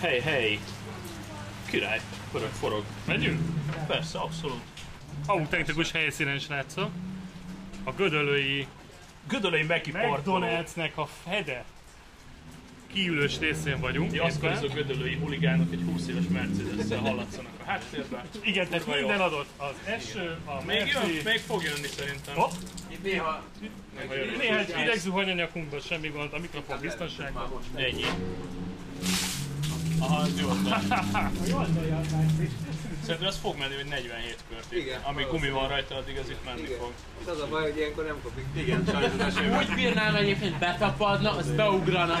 Hely, hely! Király, pörög, forog. Megyünk? Persze, abszolút. Autentikus helyszínen, srácok. A gödölői Gödölői Meki parkoló. McDonald'snek a fede kiülős részén vagyunk. Ti azt éppen. kell, hogy a gödölői huligánok egy 20 éves Mercedes-szel hallatszanak a háttérben. Igen, tehát Kurva jó. minden adott. Az eső, a Még jön, merci. még fog jönni szerintem. Hopp, Itt néha... Ha jön. néhány hideg zuhany a nyakunkban, semmi gond, a mikrofon Már biztonságban. most. Ennyi. Aha, ez jó. Szerintem ez fog menni, hogy 47 kört. Igen, Ami gumi valószínűleg. van rajta, addig ez itt menni Igen. fog. Itt az a baj, hogy ilyenkor nem kapik. Igen, sajnos esőben. Úgy bírnám egyébként betapadna, az beugrana.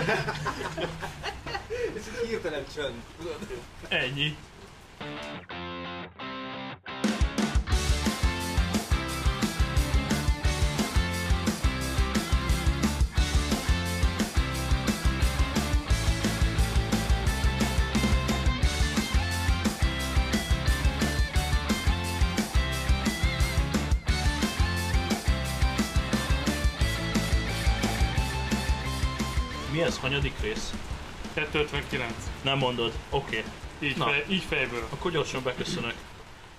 Ez egy hirtelen csönd. tudod? Ennyi. Mi ez? Hanyadik rész? 259. Nem mondod. Oké. Így, Na. fej, így fejből. Akkor gyorsan beköszönök.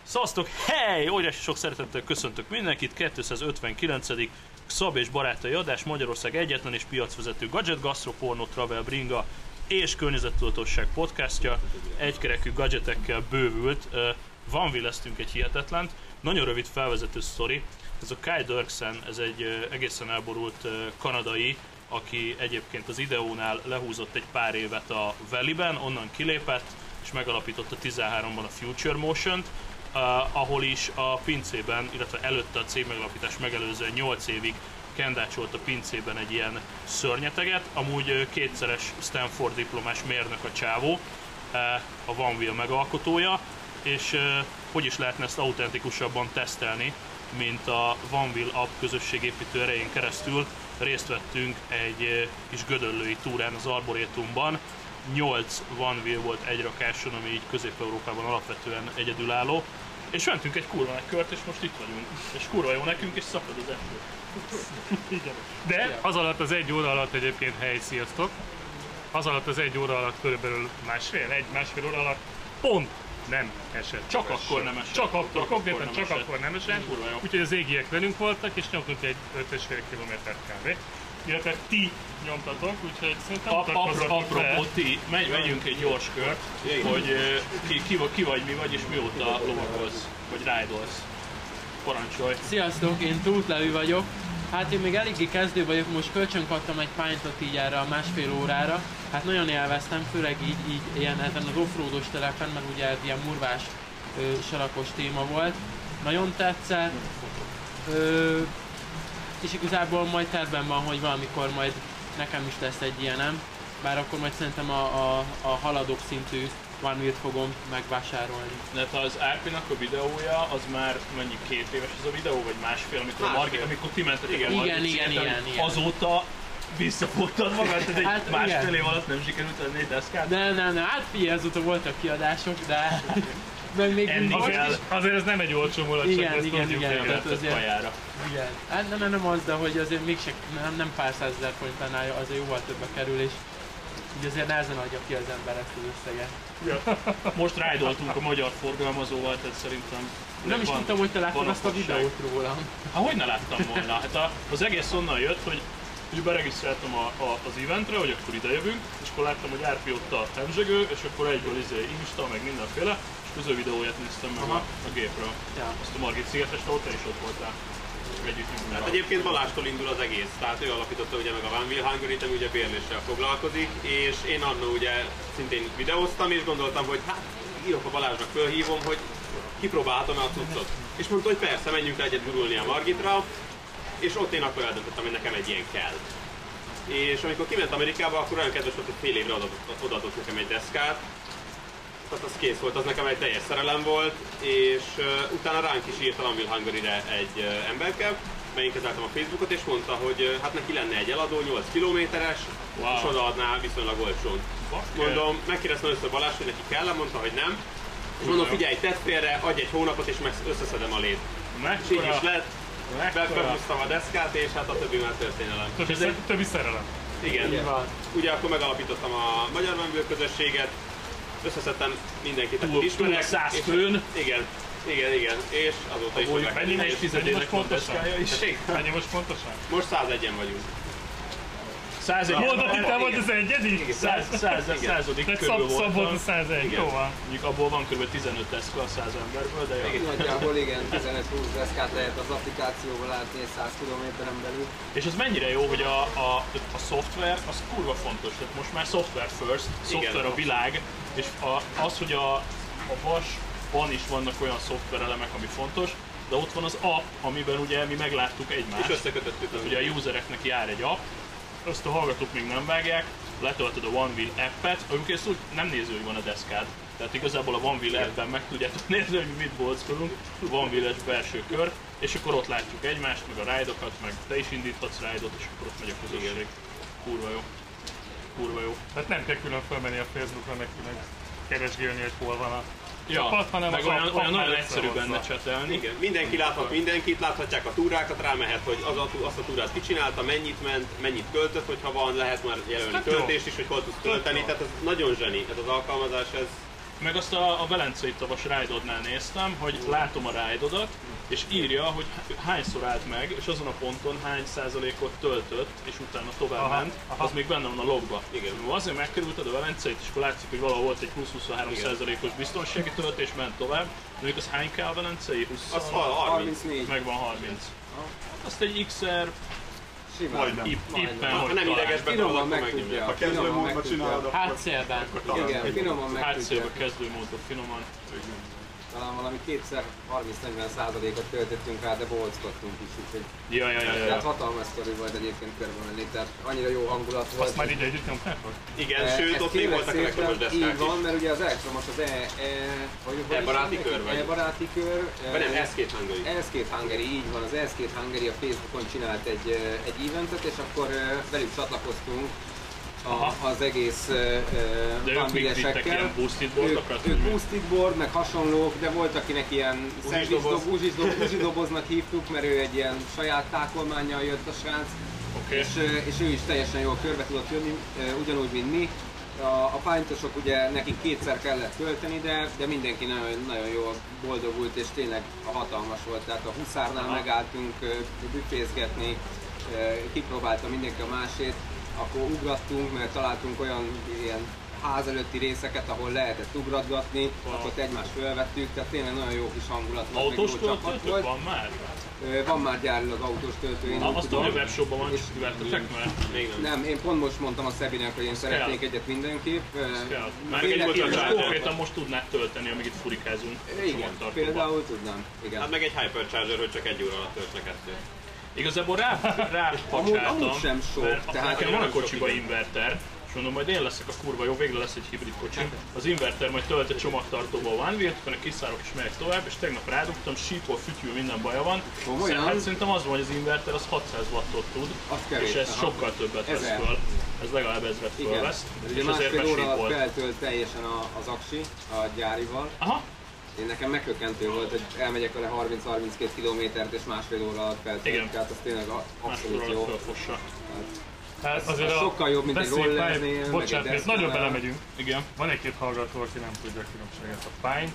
Szasztok, hely! Óriási sok szeretettel köszöntök mindenkit. 259. Szab és barátai adás Magyarország egyetlen és piacvezető gadget, gastroporno, travel, bringa és környezettudatosság podcastja. Egykerekű gadgetekkel bővült. Ö, Van villesztünk egy hihetetlent. Nagyon rövid felvezető sztori. Ez a Kai Dirksen, ez egy ö, egészen elborult ö, kanadai, aki egyébként az Ideónál lehúzott egy pár évet a Valley-ben, onnan kilépett, és megalapította 13-ban a Future Motion-t, uh, ahol is a pincében, illetve előtte a cég megalapítás megelőzően 8 évig kendácsolt a pincében egy ilyen szörnyeteget, amúgy ö, kétszeres Stanford diplomás mérnök a csávó, ö, a Van Wheel megalkotója, és ö, hogy is lehetne ezt autentikusabban tesztelni, mint a Van Wheel App közösségépítő erején keresztül részt vettünk egy ö, kis gödöllői túrán az Arborétumban, 8 Van Wheel volt egy rakáson, ami így Közép-Európában alapvetően egyedülálló. És mentünk egy kurva nagy kört, és most itt vagyunk. És kurva jó nekünk, és szakad az eső. De az alatt az egy óra alatt egyébként hely, sziasztok. Az alatt az egy óra alatt körülbelül másfél, egy másfél óra alatt pont nem esett. Csak akkor nem esett. Csak akkor, konkrétan nem csak esett. akkor nem esett. Kurva jó. Úgyhogy az égiek velünk voltak, és nyomtunk egy 5,5 kilométert kb. Illetve ti nyomtatok, úgyhogy szerintem Ap- ap- mutatkozzatok Apropó, be. ti, megy, megyünk egy gyors kört, hogy ö, ki, ki, vagy- ki vagy, mi vagy, és mióta lovagolsz, vagy rájdolsz. Parancsolj. Sziasztok, én Túltlevi vagyok. Hát én még eléggé kezdő vagyok, most kölcsön kaptam egy pintot így erre a másfél órára. Hát nagyon élveztem, főleg így, így ilyen ezen az offroados telepen, mert ugye ez ilyen murvás ö, sarakos téma volt. Nagyon tetszett. Ö, és igazából majd tervben van, hogy valamikor majd nekem is lesz egy ilyenem. Bár akkor majd szerintem a, a, a haladóbb szintű One Wheel-t fogom megvásárolni. Mert az Árpinak a videója, az már mennyi két éves az a videó, vagy másfél, amikor, másfél. Másfél. Margit, amikor ti mentetek a Igen, Margit igen, szigetre, igen, hogy igen. Azóta visszafottad magad, tehát egy Hát, másfél igen. év alatt nem sikerült venni egy deszkát. Nem, nem, nem, hát figyelj, azóta voltak kiadások, de... Meg még Enni mindig... kell. Azért, azért ez nem egy olcsó mulatság, Igen, ezt igen, tudjuk igen. el. Nem Tehát vetted azért- kajára. Igen. Hát nem, nem, nem az, de hogy azért mégse, nem, nem pár százezer forintnál azért jóval többbe kerül, és így azért nehezen adja ki az ember ezt az összeget. Most rájdoltunk a magyar forgalmazóval, tehát szerintem... nem is van- tudtam, hogy te láttad van azt a okosság. videót rólam. Hát hogy ne láttam volna? Hát a, az egész onnan jött, hogy és beregisztráltam a, a, az eventre, hogy akkor idejövünk, és akkor láttam, hogy Árpi ott a hemzsegő, és akkor egyből izé Insta, meg mindenféle, és az ő videóját néztem meg a, Aha. a gépről. Ja. Azt a Margit szigetes, ott te is ott voltál. Együtt Hát nyomtunk. egyébként Balástól indul az egész, tehát ő alapította ugye meg a Van Wheel Hungary, ami ugye bérléssel foglalkozik, és én annó ugye szintén videóztam, és gondoltam, hogy hát írok a Balázsnak, fölhívom, hogy kipróbálhatom a cuccot. És mondta, hogy persze, menjünk le egyet gurulni a Margitra, és ott én akkor eldöntöttem, hogy nekem egy ilyen kell. És amikor kiment Amerikába, akkor nagyon kedves volt, hogy fél évre odaadott, odaadott nekem egy deszkát, tehát az kész volt, az nekem egy teljes szerelem volt, és uh, utána ránk is írt a Lamil Hungary-re egy uh, emberke, beinkezáltam a Facebookot, és mondta, hogy uh, hát neki lenne egy eladó, 8 kilométeres, Wow. wow. és odaadná viszonylag olcsón. Bakker. Mondom, megkérdeztem először Balázs, hogy neki kell, mondta, hogy nem. És mondom, figyelj, tedd félre, adj egy hónapot, és meg összeszedem a lét. És így Mekkora, is lett, be- mekkora. behúztam a deszkát, és hát a többi már történelem. Többi, szer- többi szerelem. Igen. Így van. Ugye akkor megalapítottam a Magyar Vendő közösséget, összeszedtem mindenkit, Túl- akit ismerek. túl a száz és- főn. Igen, igen, igen, és azóta is Amúgy növekedés. mennyi Mennyi Egy most tizedének pontosan? van deszkája is. Tessék? Mennyi most pontosan? Most 101-en vagyunk. 101. Mondod, itt te vagy az egyedik? 100, 100, Igen. 100 Tehát körül szab, szabad a voltam. 101, Igen. jó van. Mondjuk abból van kb. 15 Tesla a 100 emberből, de jó. Nagyjából igen, 15-20 deszkát lehet az applikációval látni egy 100 kilométeren belül. És ez mennyire jó, hogy a, a, a szoftver az kurva fontos, tehát most már software first, szoftver a világ, és a, az, hogy a, a vasban is vannak olyan szoftverelemek, ami fontos, de ott van az app, amiben ugye mi megláttuk És egymást. összekötöttük. Ugye a usereknek jár egy app, azt a hallgatók még nem vágják, letöltöd a OneWheel app-et, amikor ezt úgy nem néző, hogy van a deszkád. Tehát igazából a OneWheel app-ben meg tudjátok nézni, hogy mit bolckolunk. OneWheel-es belső kör, és akkor ott látjuk egymást, meg a ride-okat, meg te is indíthatsz ride és akkor ott megy a közösség. Kurva jó. Kurva jó. Tehát Hát nem kell külön fölmenni a Facebookra, meg külön keresgélni, hogy hol van a... Ja, Ott van, hanem meg az olyan, app- olyan app nagyon már egyszerű összehozza. benne csetelni. Igen, mindenki láthat mindenkit, láthatják a túrákat, rámehet, hogy az a, tú- azt a túrát kicsinálta, mennyit ment, mennyit költött, hogyha van, lehet már jelölni Tök jó. költést is, hogy hol tudsz költeni, jó. tehát ez nagyon zseni, ez az alkalmazás, ez Meg azt a, a Velencei Tavas ride néztem, hogy látom a ride és írja, hogy hányszor állt meg, és azon a ponton hány százalékot töltött, és utána tovább Aha, ment, aha. az még benne van a logba. Igen. Ha Azért megkerülted a Velenceit, és akkor látszik, hogy valahol volt egy 20-23 Igen. százalékos biztonsági töltés, ment tovább. De mondjuk az hány kell a Velencei? 20 az Szóval hal, 30. 34. meg van 30. Azt egy XR Simán. ip- éppen Hát, Ha hogy nem talál. idegesben Finoman akarod, akkor meg megnyomja. tudja. Ha Finoman kezdőmódba meg tudja. csinálod, akkor... Hát Hátszélben. akkor talán Igen, egy- finoman meg tudja. Hátszélbe kezdő módon finoman. Talán valami kétszer 30-40 százalékot töltöttünk rá, de bolckodtunk is, úgyhogy Ja, ja, ja, ja, Tehát ja. hatalmas sztori volt egyébként körbemenni, tehát annyira jó hangulat volt. Azt már így együtt nyomták? Igen, Eh, sőt, ez ott még kérlek voltak szépen, elektromos deszkák Így van, is. mert ugye az elektromos az e... e hogy hogy is E-baráti van neki? kör vagy? E-baráti kör. eh, Vagy nem, E ez két hangoljuk. Eszkét Hungary, így van, az Eszkét Hungary a Facebookon csinált egy, ö, egy eventet, és akkor ö, velük csatlakoztunk a, az egész e, De ők még vittek ilyen boosted boltokat? Ők boosted board, meg hasonlók, de volt akinek ilyen doboz. uzsizdoboznak hívtuk, mert ő egy ilyen saját tákolmányjal jött a srác, Oké. és, ö, és ő is teljesen jól körbe tudott jönni, ö, ugyanúgy, mint mi. A, a pintosok ugye nekik kétszer kellett költeni, de, de mindenki nagyon, nagyon jól boldogult, és tényleg hatalmas volt. Tehát a huszárnál megálltunk ö, büfézgetni, ö, kipróbálta mindenki a másét, akkor ugrattunk, mert találtunk olyan ilyen ház előtti részeket, ahol lehetett ugratgatni, akkor egymást fölvettük, tehát tényleg nagyon jó kis hangulat volt, meg jó Autós csapat töltőtök volt. van már? Ö, Van már gyárilag autós töltő, én Na, úgy azt tudom. tudja, webshopban van, És- csak kiváltatok már. Még nem. Nem, én pont most mondtam a Szebinek, hogy én szeretnék egyet mindenképp. Kell. Ö, Már tényleg egy volt a és tényleg- család. konkrétan most tudnád tölteni, amíg itt furikázunk. a Igen, csomagtartóba. például tudnám. Igen. Hát meg egy hypercharger, hogy csak egy óra alatt töltnek kettőt. Igazából rá, rá Amúgy- amúgy sem sok, mert a- tehát nekem nem van a sok, kocsiba igen. inverter, és mondom, majd én leszek a kurva jó, végre lesz egy hibrid kocsim. Az inverter majd tölt egy csomagtartóba a OneWheel-t, utána kiszárok és megyek tovább, és tegnap rádugtam, sípol, fütyül, minden baja van. Komolyan? Hát szerintem az van, hogy az inverter az 600 wattot tud, Az kevés, és ez aha. sokkal többet vesz Ezer. föl. Ez legalább ezret Igen. fölvesz, Ez Ugye és azért másfél óra alatt besípol. feltölt teljesen a, az aksi a gyárival. Aha, Én nekem megkökkentő volt, hogy elmegyek vele 30-32 kilométert, és másfél óra alatt feltölt. Igen. Tehát az tényleg a- másfél abszolút óra jó. fölfossa. Hát azért az a... sokkal jobb, mint egy beszéljük rollernél, Pine- meg egy Bocsánat, miért deszkánál. nagyon belemegyünk. Igen. Van egy-két hallgató, aki nem tudja a különbséget. A Pine,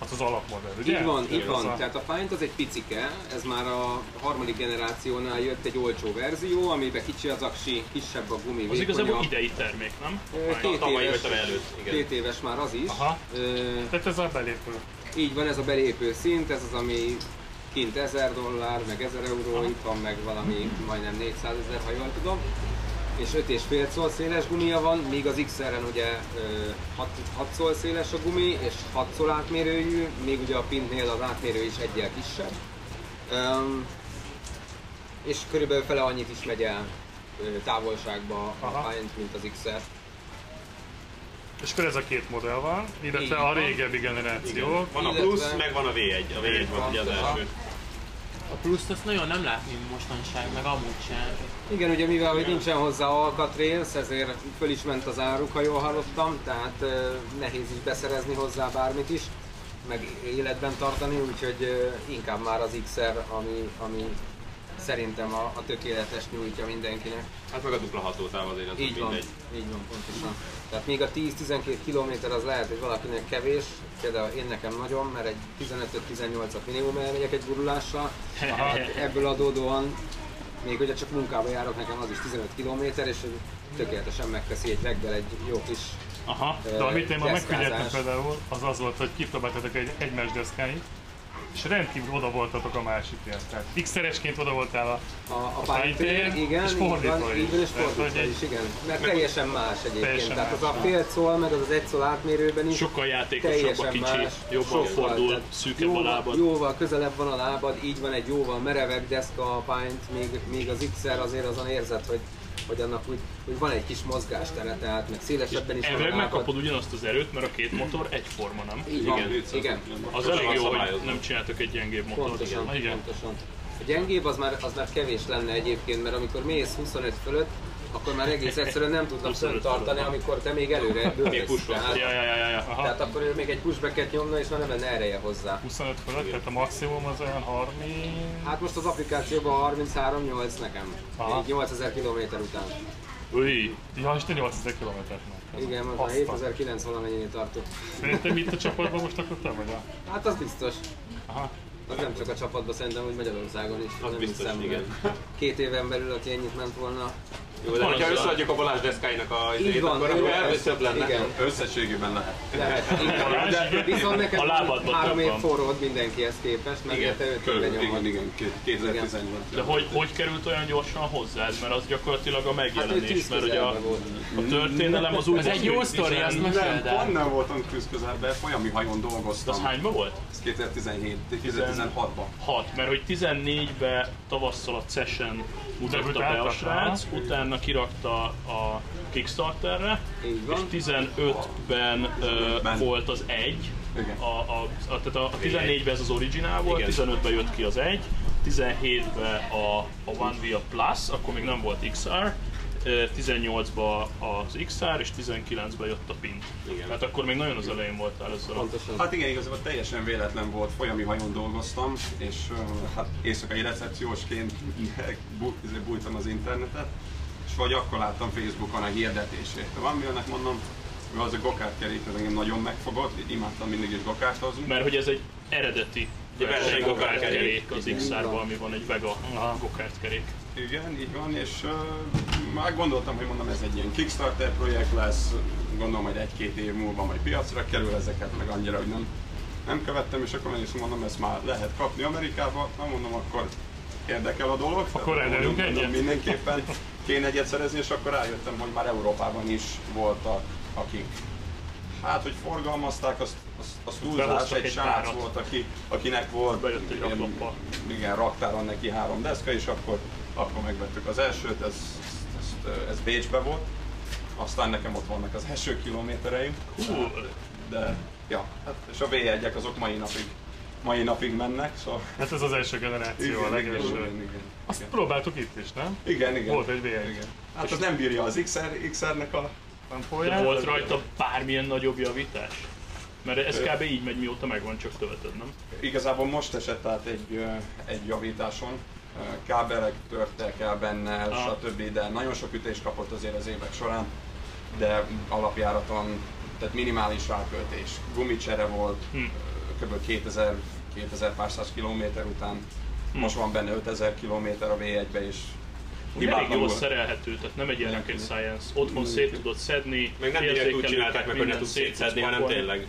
Hát az az alapmodell, ugye? Így van, így Az a- van. Tehát a Pint az egy picike, ez már a harmadik generációnál jött egy olcsó verzió, amiben kicsi az aksi, kisebb a gumi, Az igazából vékonyabb. idei termék, nem? Ö, Két Tavaly éves, vagy tavaly előtt, igen. két éves már az is. Aha. Ö, Tehát ez a belépő. Így van, ez a belépő szint, ez az, ami kint 1000 dollár, meg 1000 euró, itt van meg valami majdnem 400 ezer, ha jól tudom. És 5,5 szól széles gumia van, míg az XR-en ugye 6, 6 szól széles a gumi, és 6 szól átmérőjű, még ugye a Pintnél az átmérő is egyel kisebb. Öm, és körülbelül fele annyit is megy el ö, távolságba Aha. a Pint, mint az XR. És akkor ez a két modell van, Így illetve a van. régebbi generáció. Van a Illetve- plusz, meg van a V1. A V1 van, ugye az első. A pluszt azt nagyon nem látni mostanság, meg amúgy sem. Igen, ugye mivel hogy nincsen hozzá alkatrész, ezért föl is ment az áruk, ha jól hallottam, tehát ö, nehéz is beszerezni hozzá bármit is, meg életben tartani, úgyhogy ö, inkább már az XR, ami, ami szerintem a, a tökéletes nyújtja mindenkinek. Hát meg a dupla hatótáv azért az Így van, mindegy. így van, pontosan. Tehát még a 10-12 km az lehet, hogy valakinek kevés, például én nekem nagyon, mert egy 15-18-at minimum elmegyek egy gurulással, Hát ebből adódóan, még hogyha csak munkába járok, nekem az is 15 km, és ez tökéletesen megteszi egy reggel egy jó kis... Aha, de Ö, amit én már deszkázás. megfigyeltem például, az az volt, hogy kipróbáltatok egy egymás deszkáit, és rendkívül oda voltatok a másikért. Tehát x-szeresként oda voltál a... A, a pálytér, pálytér, igen, és így van, fordítva is. így van, és Tehát, fordítva hogy is, igen. Mert teljesen más egyébként, Teljesen tehát az más, a fél szól, meg az az egy szól átmérőben is. Sokkal játékosabb a teljesen kicsi, más, jobban sokkal, fordul, tehát szűkebb a jóval, lábad. Jóval közelebb van a lábad, így van egy jóval merevebb deszka a pint, még, még az XR azért azon érzed, hogy, hogy annak úgy, hogy van egy kis mozgástere, tehát meg szélesebben is van a Elvileg lábad. megkapod ugyanazt az erőt, mert a két motor egyforma, nem? Így van, Igen, igen, őt igen. Az Sose elég van jó, hogy szabályozva. nem csináltak egy gyengébb motort. Pontosan, Igen, igen. pontosan. A gyengébb az már, az már kevés lenne egyébként, mert amikor mész 25 fölött, akkor már egész egyszerűen nem tudnak 25 fönt tartani, fölött. amikor te még előre bővész. pushol. Tehát, Ja, ja, ja, ja, ja. Aha. tehát akkor ő még egy pushbacket nyomna, és már nem lenne ereje hozzá. 25 fölött, tehát a maximum az olyan 30... Hát most az applikációban 33-8 nekem. Aha. Így 8000 km után. Új, Ja, és te 8000 kilométert meg. Igen, most már 7009 valamennyinél tartok. Szerintem itt a csapatban most akkor te vagy a... Hát az biztos. Aha. Az nem csak a csapatban, szerintem úgy Magyarországon is. Az nem biztos, hiszem, igen. hogy Két éven belül, aki ennyit ment volna. Jó, de Van ha az a- összeadjuk a Balázs deszkáinak a Így izét, van, akkor ő akkor lesz. elveszebb lenne. Igen. Összességében lehet. Lehet, igen. De viszont neked A lábadban három több év van. forród mindenkihez képest, mert Igen, te őt körülbelül, lenyomod. igen, két- 2018. de hogy, hogy került olyan gyorsan hozzád? Mert az gyakorlatilag a Hát ő megjelenés, tíz mert ugye a, közelben volt. a történelem az úgy Ez egy jó sztori, azt meséld Nem, pont el. nem voltam tűz közelben, folyami hajón Az dolgoztam. hányban volt? Ez 2017, 2016-ban. 6, mert hogy 14-be tavasszal a Session mutatta be a Debütáltak, srác, utána kirakta a Kickstarterre, Így és van. 15-ben ö, Ben. volt az egy, Igen. a, a, a, tehát a, a 14-ben ez az originál volt, Igen. 15-ben jött ki az egy, 17-ben a, a One Wheel Plus, akkor még nem volt XR, ö, 18-ban az XR, és 19-ben jött a Pint. Igen. Tehát akkor még nagyon az elején voltál ezzel a Pontosan. Hát igen, igazából teljesen véletlen volt, folyami hajón dolgoztam, és ö, hát éjszakai recepciósként bu- izé, bújtam az internetet, és vagy akkor láttam Facebookon a hirdetését. Van minek mondom, ő az a gokárt kerít, ez engem nagyon megfogott, imádtam mindig is gokártozni. Mert hogy ez egy eredeti verseny versenygokártkerék gokártkerék. az x ami van egy Vega gokártkerék. Igen, így van, és ö, már gondoltam, hogy mondom, ez egy ilyen Kickstarter projekt lesz, gondolom, hogy egy-két év múlva majd piacra kerül ezeket, meg annyira, hogy nem, nem követtem, és akkor én is mondom, ezt már lehet kapni Amerikába, na mondom, akkor érdekel a dolog. Akkor Tehát rendelünk mondom, mondom, egyet. Mindenképpen kéne egyet szerezni, és akkor rájöttem, hogy már Európában is voltak, akik Hát, hogy forgalmazták, azt, azt, azt túlzás, Behoztak egy egy srác párat. volt, aki, akinek volt Bejött egy raklappa. igen, raktáron neki három deszka, és akkor, akkor megvettük az elsőt, ez, ez, ez Bécsbe volt. Aztán nekem ott vannak az első kilométereim. Hú, De, ja, hát, és a V1-ek azok mai napig, mai napig mennek, szóval... Hát ez az első generáció, a legelső. igen, Azt próbáltuk itt is, nem? igen, igen. Volt egy V1. Igen. Hát az nem bírja az XR, XR-nek a... Nem de folyás. volt rajta bármilyen nagyobb javítás? Mert ez kb. így megy mióta megvan, csak töltöd, nem? Igazából most esett át egy, ö, egy javításon, Ö, kábelek törtek el benne, Ah. stb. De nagyon sok ütést kapott azért az évek során, de alapjáraton, tehát minimális ráköltés. Gumicsere volt, Hm. ö, kb. 2000, 2000 pár száz kilométer után. Hm. Most van benne 5000 kilométer a V1-be is. Elég Hibátlanul. jól szerelhető, tehát nem egy ilyen rocket science. Otthon szét tudod szedni, Meg nem direkt úgy érzékelőket, csinálták meg, hogy ne mindent tudsz szét szétszedni, tudsz hanem pakolni. tényleg.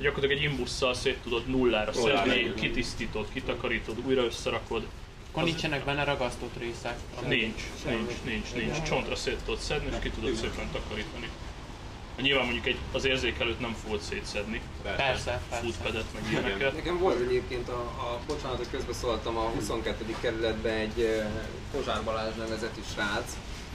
Gyakorlatilag egy imbusszal szét tudod nullára Nullára, szedni, igen. kitisztítod, kitakarítod, újra összerakod. Akkor nincsenek benne ragasztott részek. Nincs, nincs, nincs, nincs. Csontra szét tudod szedni, és ki tudod szépen takarítani. Hát Nyilván mondjuk egy, az érzékelőt nem fogod szétszedni, Persze, persze. footpedet meg ilyeneket. Nekem volt egyébként a, a bocsánat, hogy közbeszóltam a 22. kerületben egy eh, Pozsár Balázs nevezetű srác,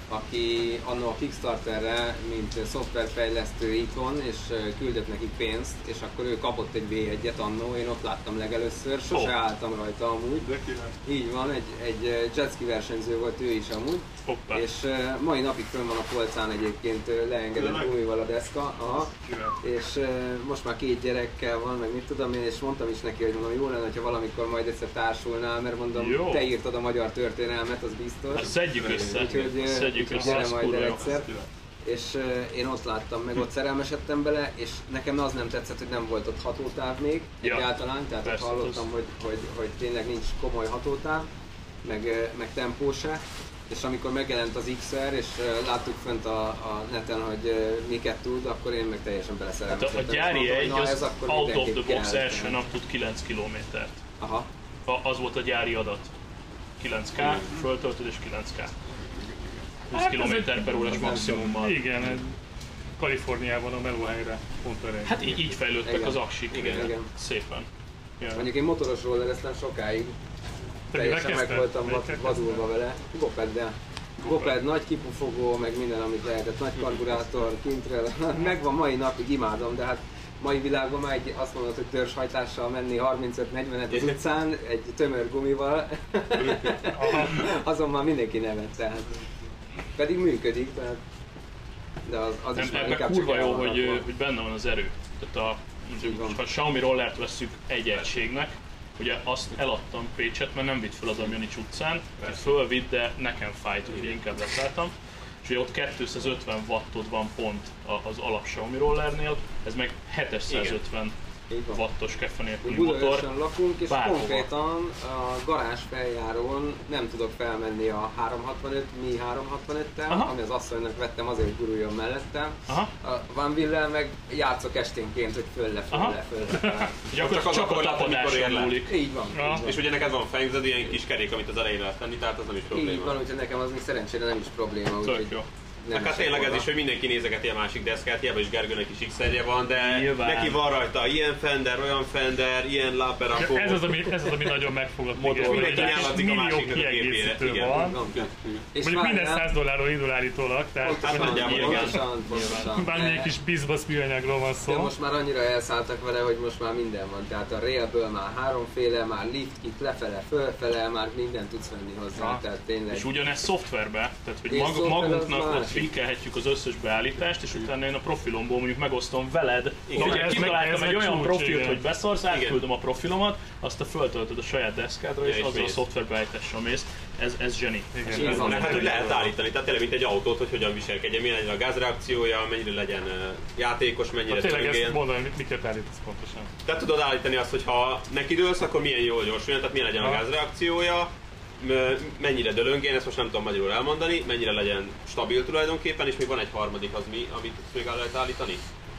aki annó a Kickstarterre, mint szoftverfejlesztő itt van, és küldött neki pénzt, és akkor ő kapott egy V1-et annó, én ott láttam legelőször, sose Ó. álltam rajta amúgy. Oh. De király. Így van, egy, egy jetski versenyző volt ő is amúgy, Hoppá. és eh, mai napig fönn van a polcán egyébként eh, leengedett Tényleg? gumival a deszka. Aha. Király. És eh, most már két gyerekkel van, meg mit tudom én, és mondtam is neki, hogy mondom, jó lenne, ha valamikor majd egyszer társulnál, mert mondom, Jó. te írtad a magyar történelmet, az Hát biztos. szedjük össze. Úgyhogy, eh, Szedjük úgyhogy össze, gyere az majd kurva el jó. egyszer. És eh, én ott láttam meg, ott szerelmesedtem bele, és nekem az nem tetszett, hogy nem volt ott hatótáv még Ja. egyáltalán, tehát ott Persze, hallottam, az- hogy, hogy, hogy tényleg nincs komoly hatótáv, meg, eh, meg tempó se. És amikor megjelent az XR, és eh, láttuk fönt a, a neten, hogy eh, miket tud, akkor én meg teljesen Hát a, beleszerelmesedtem. a És gyári mondtam, hogy egy na, az out of the mindenképp box kell. első nap tud 9 kilométert. Aha. A- Az volt a gyári adat. 9K, föltöltöd és 9K. 20 Hát ez egy- km per órás maximummal. Igen, ez Kaliforniában a melóhelyre pont erre. Hát így, így fejlődtek Igen. az aksik, igen. Igen. Szépen. Mondjuk én motoros rollereztem sokáig, Te mivel teljesen meg kezdted? voltam Mivel vad- kezdted? vadulva vele. Gopeddel. Goped, nagy kipufogó, meg minden, amit lehetett, nagy karburátor, kintrel, megvan mai napig, imádom, de hát mai világban már egy, azt mondod, hogy törzshajtással menni 35-40-et az utcán, egy tömör gumival, azon már mindenki nevet, tehát. Pedig működik, tehát. De az, az is Nem, már ebben inkább kurva csak jó, elvonatban. hogy, ö, hogy benne van az erő. Tehát a, mondjuk, van. ha a Xiaomi rollert vesszük egy egységnek, ugye azt eladtam Pécset, mert nem vitt fel az Amjanics utcán, fölvitt, de nekem fájt, úgyhogy inkább leszálltam. És ugye ott 250 wattod van pont a- az alap Xiaomi rollernél, ez meg 750 Így van. wattos keffe nélküli motor. Budaörsön lakunk, és bárhova. konkrétan a garázs feljárón nem tudok felmenni a 365, mi 365-tel, Aha. ami az asszonynak vettem azért, hogy guruljon mellettem. Aha. A Van Villel meg játszok esténként, hogy fölle, fölle, Aha. fölle. Gyakorlatilag Csak az a csak a korlát, amikor tapadáson ér le. múlik. így van, Ja. így van. És ugye neked van fejünkzed, ilyen kis kerék, amit az elején lehet tenni, tehát az nem is Így probléma. van, úgyhogy nekem az még szerencsére nem is probléma, úgyhogy Tök jó. nem Meg hát esek tényleg ez oda. is, hogy mindenki nézegeti a másik deszkát, hiába is Gergőnek is x van, de Nyilván. neki van rajta ilyen fender, olyan fender, ilyen lábberakó. Ja, Ez az, ami, ez az, ami nagyon megfogott. Motor. Igen, hogy Mindenki egy nyálazik a millió másiknak a képére. kiegészítő Igen. van. Van. Igen, igen. És Mondjuk minden várjál, 100 dollárról indul állítólag, tehát Hát nagyjából igen. pontosan, pontosan. bármilyen kis bizbasz műanyagról van De szó. most már annyira elszálltak vele, hogy most már minden van. Tehát a railből már háromféle, már lift kit lefele, fölfele, már mindent tudsz venni hozzá. Ja. Tehát tényleg. És ugyanezt szoftverbe, tehát hogy És mag, szoftver az magunknak ott másik. linkelhetjük az összes beállítást, és utána én a profilomból mondjuk megosztom veled. Igen. Igen, ugye Ez meg- ez kitaláltam egy meg olyan csúcs, profilt, igen. hogy beszarsz, átküldöm a profilomat, azt te föltöltöd a saját deszkádra, Ja, és és azzal a mész. szoftverbeállítással mész. Ez, ez zseni. Ez Így van. Mert hát, hogy nagyon lehet jó. állítani, tehát tényleg mint egy autót, hogy hogyan viselkedjen, milyen legyen a gázreakciója, mennyire legyen ö, játékos, mennyire Hát tényleg ezt csörögjen. mondani, mit- miket állítasz pontosan. Tehát tudod állítani azt, hogy ha neki dőlsz, akkor milyen jól gyorsuljon, tehát milyen legyen a Aha. gázreakciója, m- mennyire dölöngjen, ezt most nem tudom magyarul elmondani, mennyire legyen stabil tulajdonképpen, és még van egy harmadik, az mi, amit még el lehet állítani?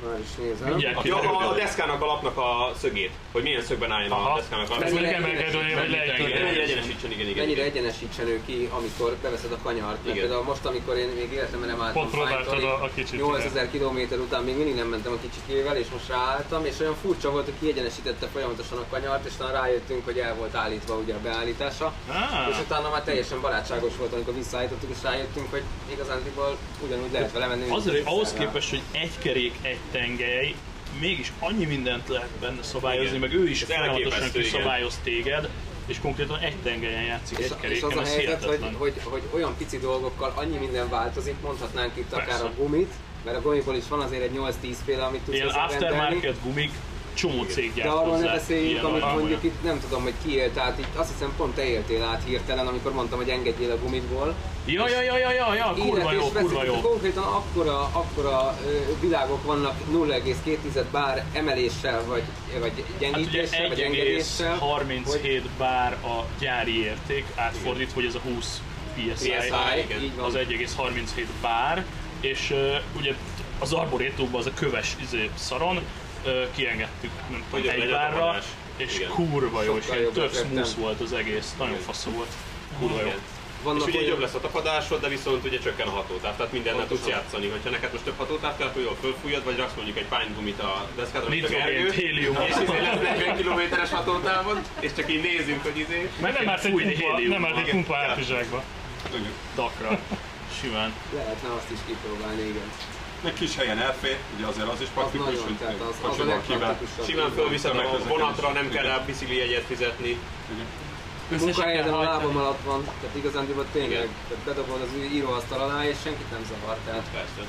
Már is nézem. Mindjárt Ja, kiderül. a, a deszkának a lapnak a szögét, hogy milyen szögben álljon a Aha. deszkának a Ez lapnak. mondjuk emelkedő, hogy mennyire Mennyire lehet egyenesítsen, igen, igen. Mennyire igen. egyenesítsen ő ki, amikor beveszed a kanyart. Mert Igen. például most, amikor én még életemben nem álltam Pont próbáltad a- a kicsit, 8000 km után még mindig nem mentem a kicsikével, és most ráálltam, és olyan furcsa volt, hogy kiegyenesítette folyamatosan a kanyart, és talán rájöttünk, hogy el volt állítva ugye a beállítása. Á, És utána már teljesen barátságos volt, amikor visszaállítottuk és rájöttünk, hogy igazándiból ugyanúgy lehet vele menni. mint Azért, hogy az ahhoz Excel-rel. képest, hogy egy kerék, egy tengely, mégis annyi mindent lehet benne szabályozni, Igen. meg ő is Ez folyamatosan elképesztő, igen. kiszabályoz téged, és konkrétan egy tengelyen játszik És, egy és az keréken, a ez helyzet, hogy, hihetetlen. hogy, hogy olyan pici dolgokkal annyi minden változik, mondhatnánk itt akár Persze. a gumit, mert a gumiból is van azért egy 8-10 féle, amit tudsz Ilyen hozzá rendelni, aftermarket gumik, csomó cég de gyárt arról ne hozzá beszéljünk, ilyen amit alapanyag. mondjuk itt nem tudom, hogy ki élt át, itt azt hiszem pont te éltél át hirtelen, amikor mondtam, hogy engedjél a gumidból. Ja, ja, ja, ja, ja, ja, kurva Élet és jó, kurva veszély. jó. Konkrétan akkora, akkora ö, világok vannak 0,2 bár emeléssel, vagy, vagy Hát ugye gyengítéssel, vagy engedéssel. hogy- 1,37 bár a gyári érték, átfordít, hogy ez a 20 PSI, PSI, igen. Így van. az 1,37 bár, és ö, ugye az arborétumban az a köves izé, szaron ö, kiengedtük, nem Hogy tudom, legyen egy a bárra, rohanás. és Igen. kurva jó, és Sokkal ilyen jobbat több vettem. smooth volt az egész, nagyon Igen. fasza volt, kurva jó. Igen. Vannak és ugye olyan- jobb lesz a tapadásod, de viszont ugye csökken a hatótáv, tehát mindennel tudsz Pontosan. játszani. Hogyha neked most több hatótáv kell, akkor jól fölfújod, vagy raksz mondjuk egy pánygumit a deszkádra, mint a Nitrogén, Gergő, hélium, és izé lesz 40 kilométeres hatótávod, és csak így nézzünk, hogy izé. Mert nem állt egy Fújni kumpa, hélium nem állt egy van. kumpa Ja. átizsákba. Igen. dakra. simán. Lehetne azt is kipróbálni, igen. Meg kis helyen elfér, ugye azért az is praktikus, nagyon, hogy tehát az- az a kocsival kivál. legpraktikusabb. Simán fölviszed a Tömegközlekedés. vonatra, nem kell Igen. rá bicikli jegyet fizetni. Össze se kell Munkahelyen a lábam hajtani. alatt van, tehát igazándiból tényleg Igen. tehát bedobod az íróasztal alá, és senkit nem zavar, tehát Persze.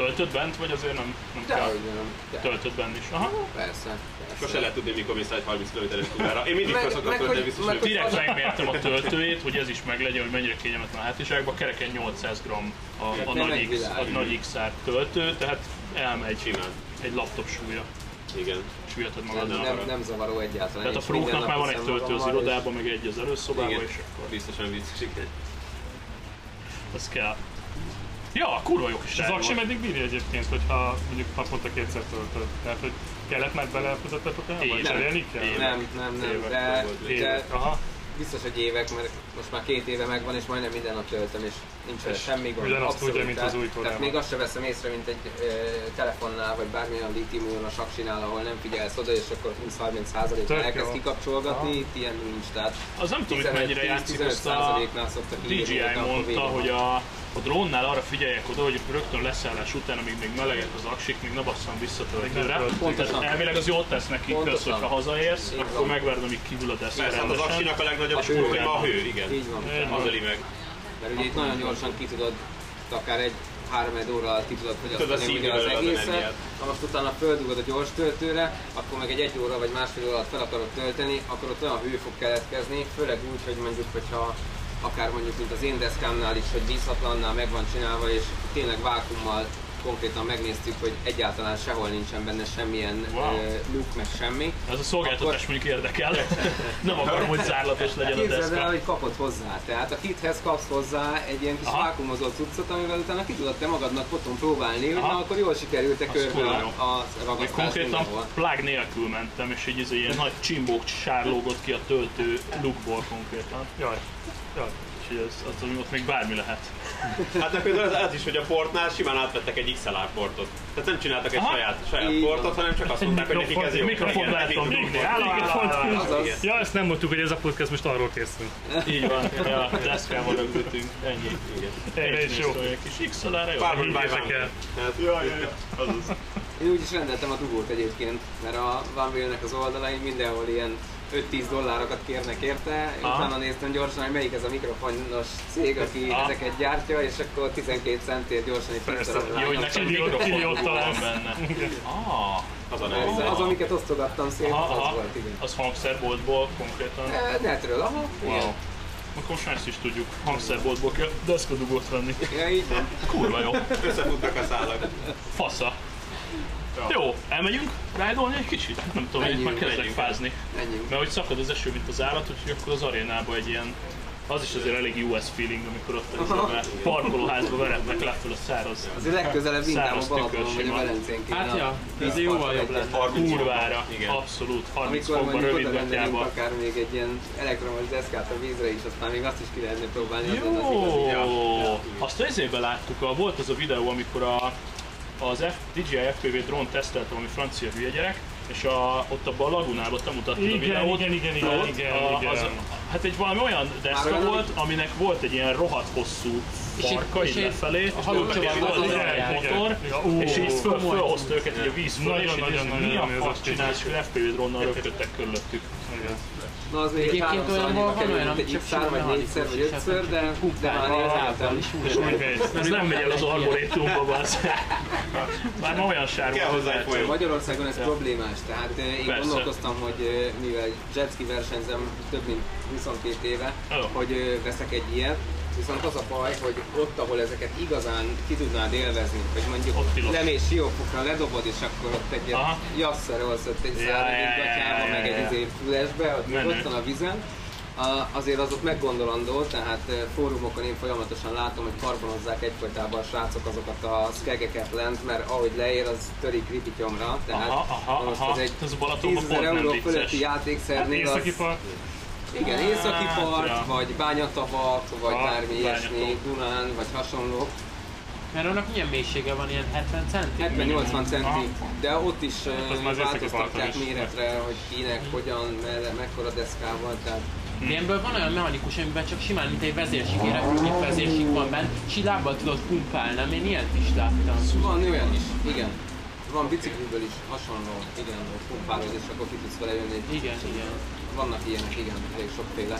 Töltött bent, vagy azért nem, nem de, kell? hogy nem, de, Töltött bent is. Aha. persze, Akkor se persze. lehet tudni, mikor mész 130 km órára. Én mindig Meg- fel szoktam meg tölteni, hogy- biztos, meg hogy hogy- Direkt megmértem a töltőjét, hogy ez is meglegyen, hogy mennyire kényelmetlen a hátiságban. Kereken 800 g a, a, Hát nem nagy egy X, a világ. nagy XR töltő, tehát elmegy simán. egy laptop súlya, Igen. és viheted Nem, magaddal. nem, arra. nem zavaró egyáltalán. Tehát a és minden próknak nap már van egy viszem töltő az magammal, és- irodában, meg egy az előszobában, Igen. és akkor Biztosan vicces, igen. az kell. Ja, kurva jó kis Az rádió aksi volt. meddig bírja egyébként, hogyha mondjuk naponta kétszer töltöd? Tehát, hogy kellett már belefizetett a teába? Éjjel. Cserélni kell? Nem, nem, nem, Évek de, volt, de Éjjel. Aha. biztos, hogy évek, mert most már két éve megvan, és majdnem minden nap töltöm, és nincs vele semmi gond. ugyanazt tudja, mint az tehát- új Tehát tórában. még azt sem veszem észre, mint egy ö, telefonnál, vagy bármilyen litiumon a saksinál, ahol nem figyelsz oda, és akkor 20-30%-nal Tök elkezd jó. kikapcsolgatni, itt ilyen nincs. Tehát Az nem tudom, hogy mennyire játszik ezt a 15%-nál szoktak írni, DJI hogy akkor vége mondta, van. hogy a, a drónnál arra figyeljek oda, hogy rögtön leszállás után, amíg még melegek az aksik, még ne basszam vissza töltőre. Pontosan. Tehát Elvileg az jót tesz nekik, köz, Pontosan. hogyha hazaérsz, Így akkor van. megvárod, amíg kívül a deszka Persze, hát az rendesen. aksinak a legnagyobb A spúr, hogy hőben. ma a hő, igen. Így van. Az öli meg. Mert ugye itt nagyon gyorsan ki tudod, akár egy három óra alatt ki tudod Tudod, fogyasztani ugye szívni az belőle az egészet, energiát. ha most utána földugod a gyors töltőre, akkor meg egy egy óra vagy másfél óra alatt fel akarod tölteni, akkor ott olyan hő fog keletkezni, főleg úgy, hogy mondjuk, hogyha akár mondjuk, mint az én deszkámnál is, hogy bízhatlannál meg van csinálva, és tényleg vákummal konkrétan megnéztük, hogy egyáltalán sehol nincsen benne semmilyen Wow. wow. luk, meg semmi. Ez a szolgáltatás mondjuk érdekel. Nem akarom, hogy zárlatos legyen a Hát Képzeld el, deszka. hogy kapod hozzá. Tehát a kithez kapsz hozzá egy ilyen kis Aha. vákumozott cuccot, amivel utána ki tudod te magadnak otthon próbálni, hogy Aha. na akkor jól sikerült a körbe kurva jó. a, a Még ragasztás konkrétan mindenhol. plág nélkül mentem, és így izé ilyen nagy csimbók sárlógott ki a töltő lukból konkrétan. Jaj. Jaj. Úgyhogy ez, az, ami ott még bármi lehet. Hát meg például az, az is, hogy a portnál simán átvettek egy XLR portot. Tehát nem csináltak egy Aha. saját, saját Így van. portot, hanem csak azt mondták, hogy nekik ez jó. mikrofon Igen, látom. mikrofon. Mikrofon. Álló, álló, álló, álló. Azaz. Ja, ezt nem mondtuk, hogy ez a podcast most arról készül. Így van, ja, deszkával rögzítünk, ennyi. Igen. Erre is jó. Egy kis XLR-re, jó. Bárhogy Higgyétek bárhogy. el. Hát, jaj, jaj, jaj. Azaz. Én úgy is rendeltem a dugót egyébként, mert a Vanville-nek az oldalain mindenhol ilyen 5-10 dollárokat kérnek érte, Aha. utána néztem gyorsan, hogy melyik ez a mikrofonos cég, aki Aha. ezeket gyártja, és akkor 12 centért gyorsan egy Persze, pizza Jó, hogy neked Kilió- mikrofon kiliót van találsz. benne. Ah, Az a Az, nehéz. az, amiket osztogattam szép, aha, az, az aha, volt, igen. az hangszerboltból konkrétan. Eh, Netről, aha, Wow. igen. Akkor most már ezt is tudjuk, hangszerboltból kell deszkadugót venni. Ja, így van. Kurva jó, Összefutnak a szálak. fasza. Jó, elmegyünk rájdolni egy kicsit? Nem tudom, én Menjünk, már kezdek menjünk. fázni. Menjünk. Mert hogy szakad az eső, mint az állat, úgyhogy akkor az arénába egy ilyen az is azért elég US feeling, amikor ott ezzel a parkolóházba verednek le föl a száraz Azért legközelebb inkább Száraz a Balatonon vagy a tükörsimán. Velencén Hát ja, ez jóval jobb lett. 30 kurvára, Igen. abszolút, 30 Amikor fokban mondjuk oda rövid rendelünk gatyába. akár még egy ilyen elektromos deszkát a vízre is, aztán még azt is ki lehetne próbálni. az lenne az igazi. Jó! Azt az évben láttuk, a, volt az a videó, amikor a, az F, DJI FPV drón tesztelt valami francia hülye gyerek, és a, ott abban a lagunában te mutattad a Igen, videót. igen, igen, igen, Ott igen, igen. hát egy valami olyan deszka olyan- volt, aminek volt egy ilyen rohadt hosszú És egy- farka és így egy- lefelé, a halócsavarral és volt az rá egy aljára. motor, Ja, ó, és így föl, komoly. fölhozta őket így a víz föl, Nagyon, és így nagyon, nézd, nagyon mi a menő az fasz action. csinálsz, hogy FPV drónnal röpködtek körülöttük. Igen. Na az még egy Egyébként háromszor olyanból annyiba van kerül, olyan, mint amit egy csak szár vagy simán négyszer vagy halikus, ötször, és de de már a érzeltem. lábbal is úgy Ez nem megy el az arborétumba, bazd. Már ma olyan sárga. Kell hozzá egy folyó. Magyarországon ez problémás, tehát eh, én Persze. gondolkoztam, hogy eh, mivel jetski versenyzem több mint 22 éve, Hello. hogy eh, veszek egy ilyet, viszont az a baj, hogy ott, ahol ezeket igazán ki tudnád élvezni, hogy mondjuk Ott tilos. lemész siófokra, ledobod, és akkor ott egy Aha. jasszerolsz ott egy Ja, száradig ja, ja, gatyába, ja, meg ja. egy izé fülesbe, ott Menő. nyugodtan a vizen. A- azért azok meggondolandó, tehát eh, fórumokon én folyamatosan látom, hogy karbonozzák egyfolytában a srácok azokat a skegeket lent, mert ahogy leér, az törik ripityomra. Tehát Aha, aha, na most aha. ez egy Ez a Balatonban 10 ezer pont nem euró vicces. fölötti játékszernél az... Északi part. Igen, északi Hát, part, ja. vagy bányatavak, vagy Ah, bármi ilyesmi, bányató. Dunán, vagy hasonlók. Hmm. Mert annak milyen mélysége van, ilyen 70 centi? 70-80 Aha. Hát centi, de ott is eh, az már az északi parton változtatják is. méretre, hogy kinek, hogyan, merre, mekkora deszkával, tehát Rémből van olyan mechanikus, amiben csak simán, mint egy vezérsigére, két vezérsik van benne, és így lábbal tudod pumpálni, nem? én ilyet is láttam. Van olyan is, igen. Van bicikliből is hasonló, igen, hogy pumpálod, és akkor ki tudsz vele jönni. Igen, igen. Vannak ilyenek, igen, elég sokféle.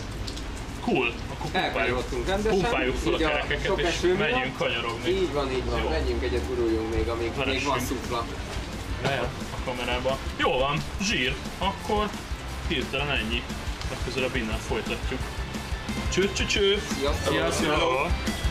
Cool, akkor pumpáljuk, Elkanyarodtunk rendesen. pumpáljuk fel a Így kerekeket sok és eső miatt. menjünk kanyarogni. Így van, így van. Jó. Menjünk egyet, guruljunk még, amíg Van még van esünk. szufla. Bejön a kamerába. Jó van, zsír. Akkor hirtelen ennyi. Legközelebb innen folytatjuk. Cső, cső, cső. Sziasztok! Sziasztok! Hello.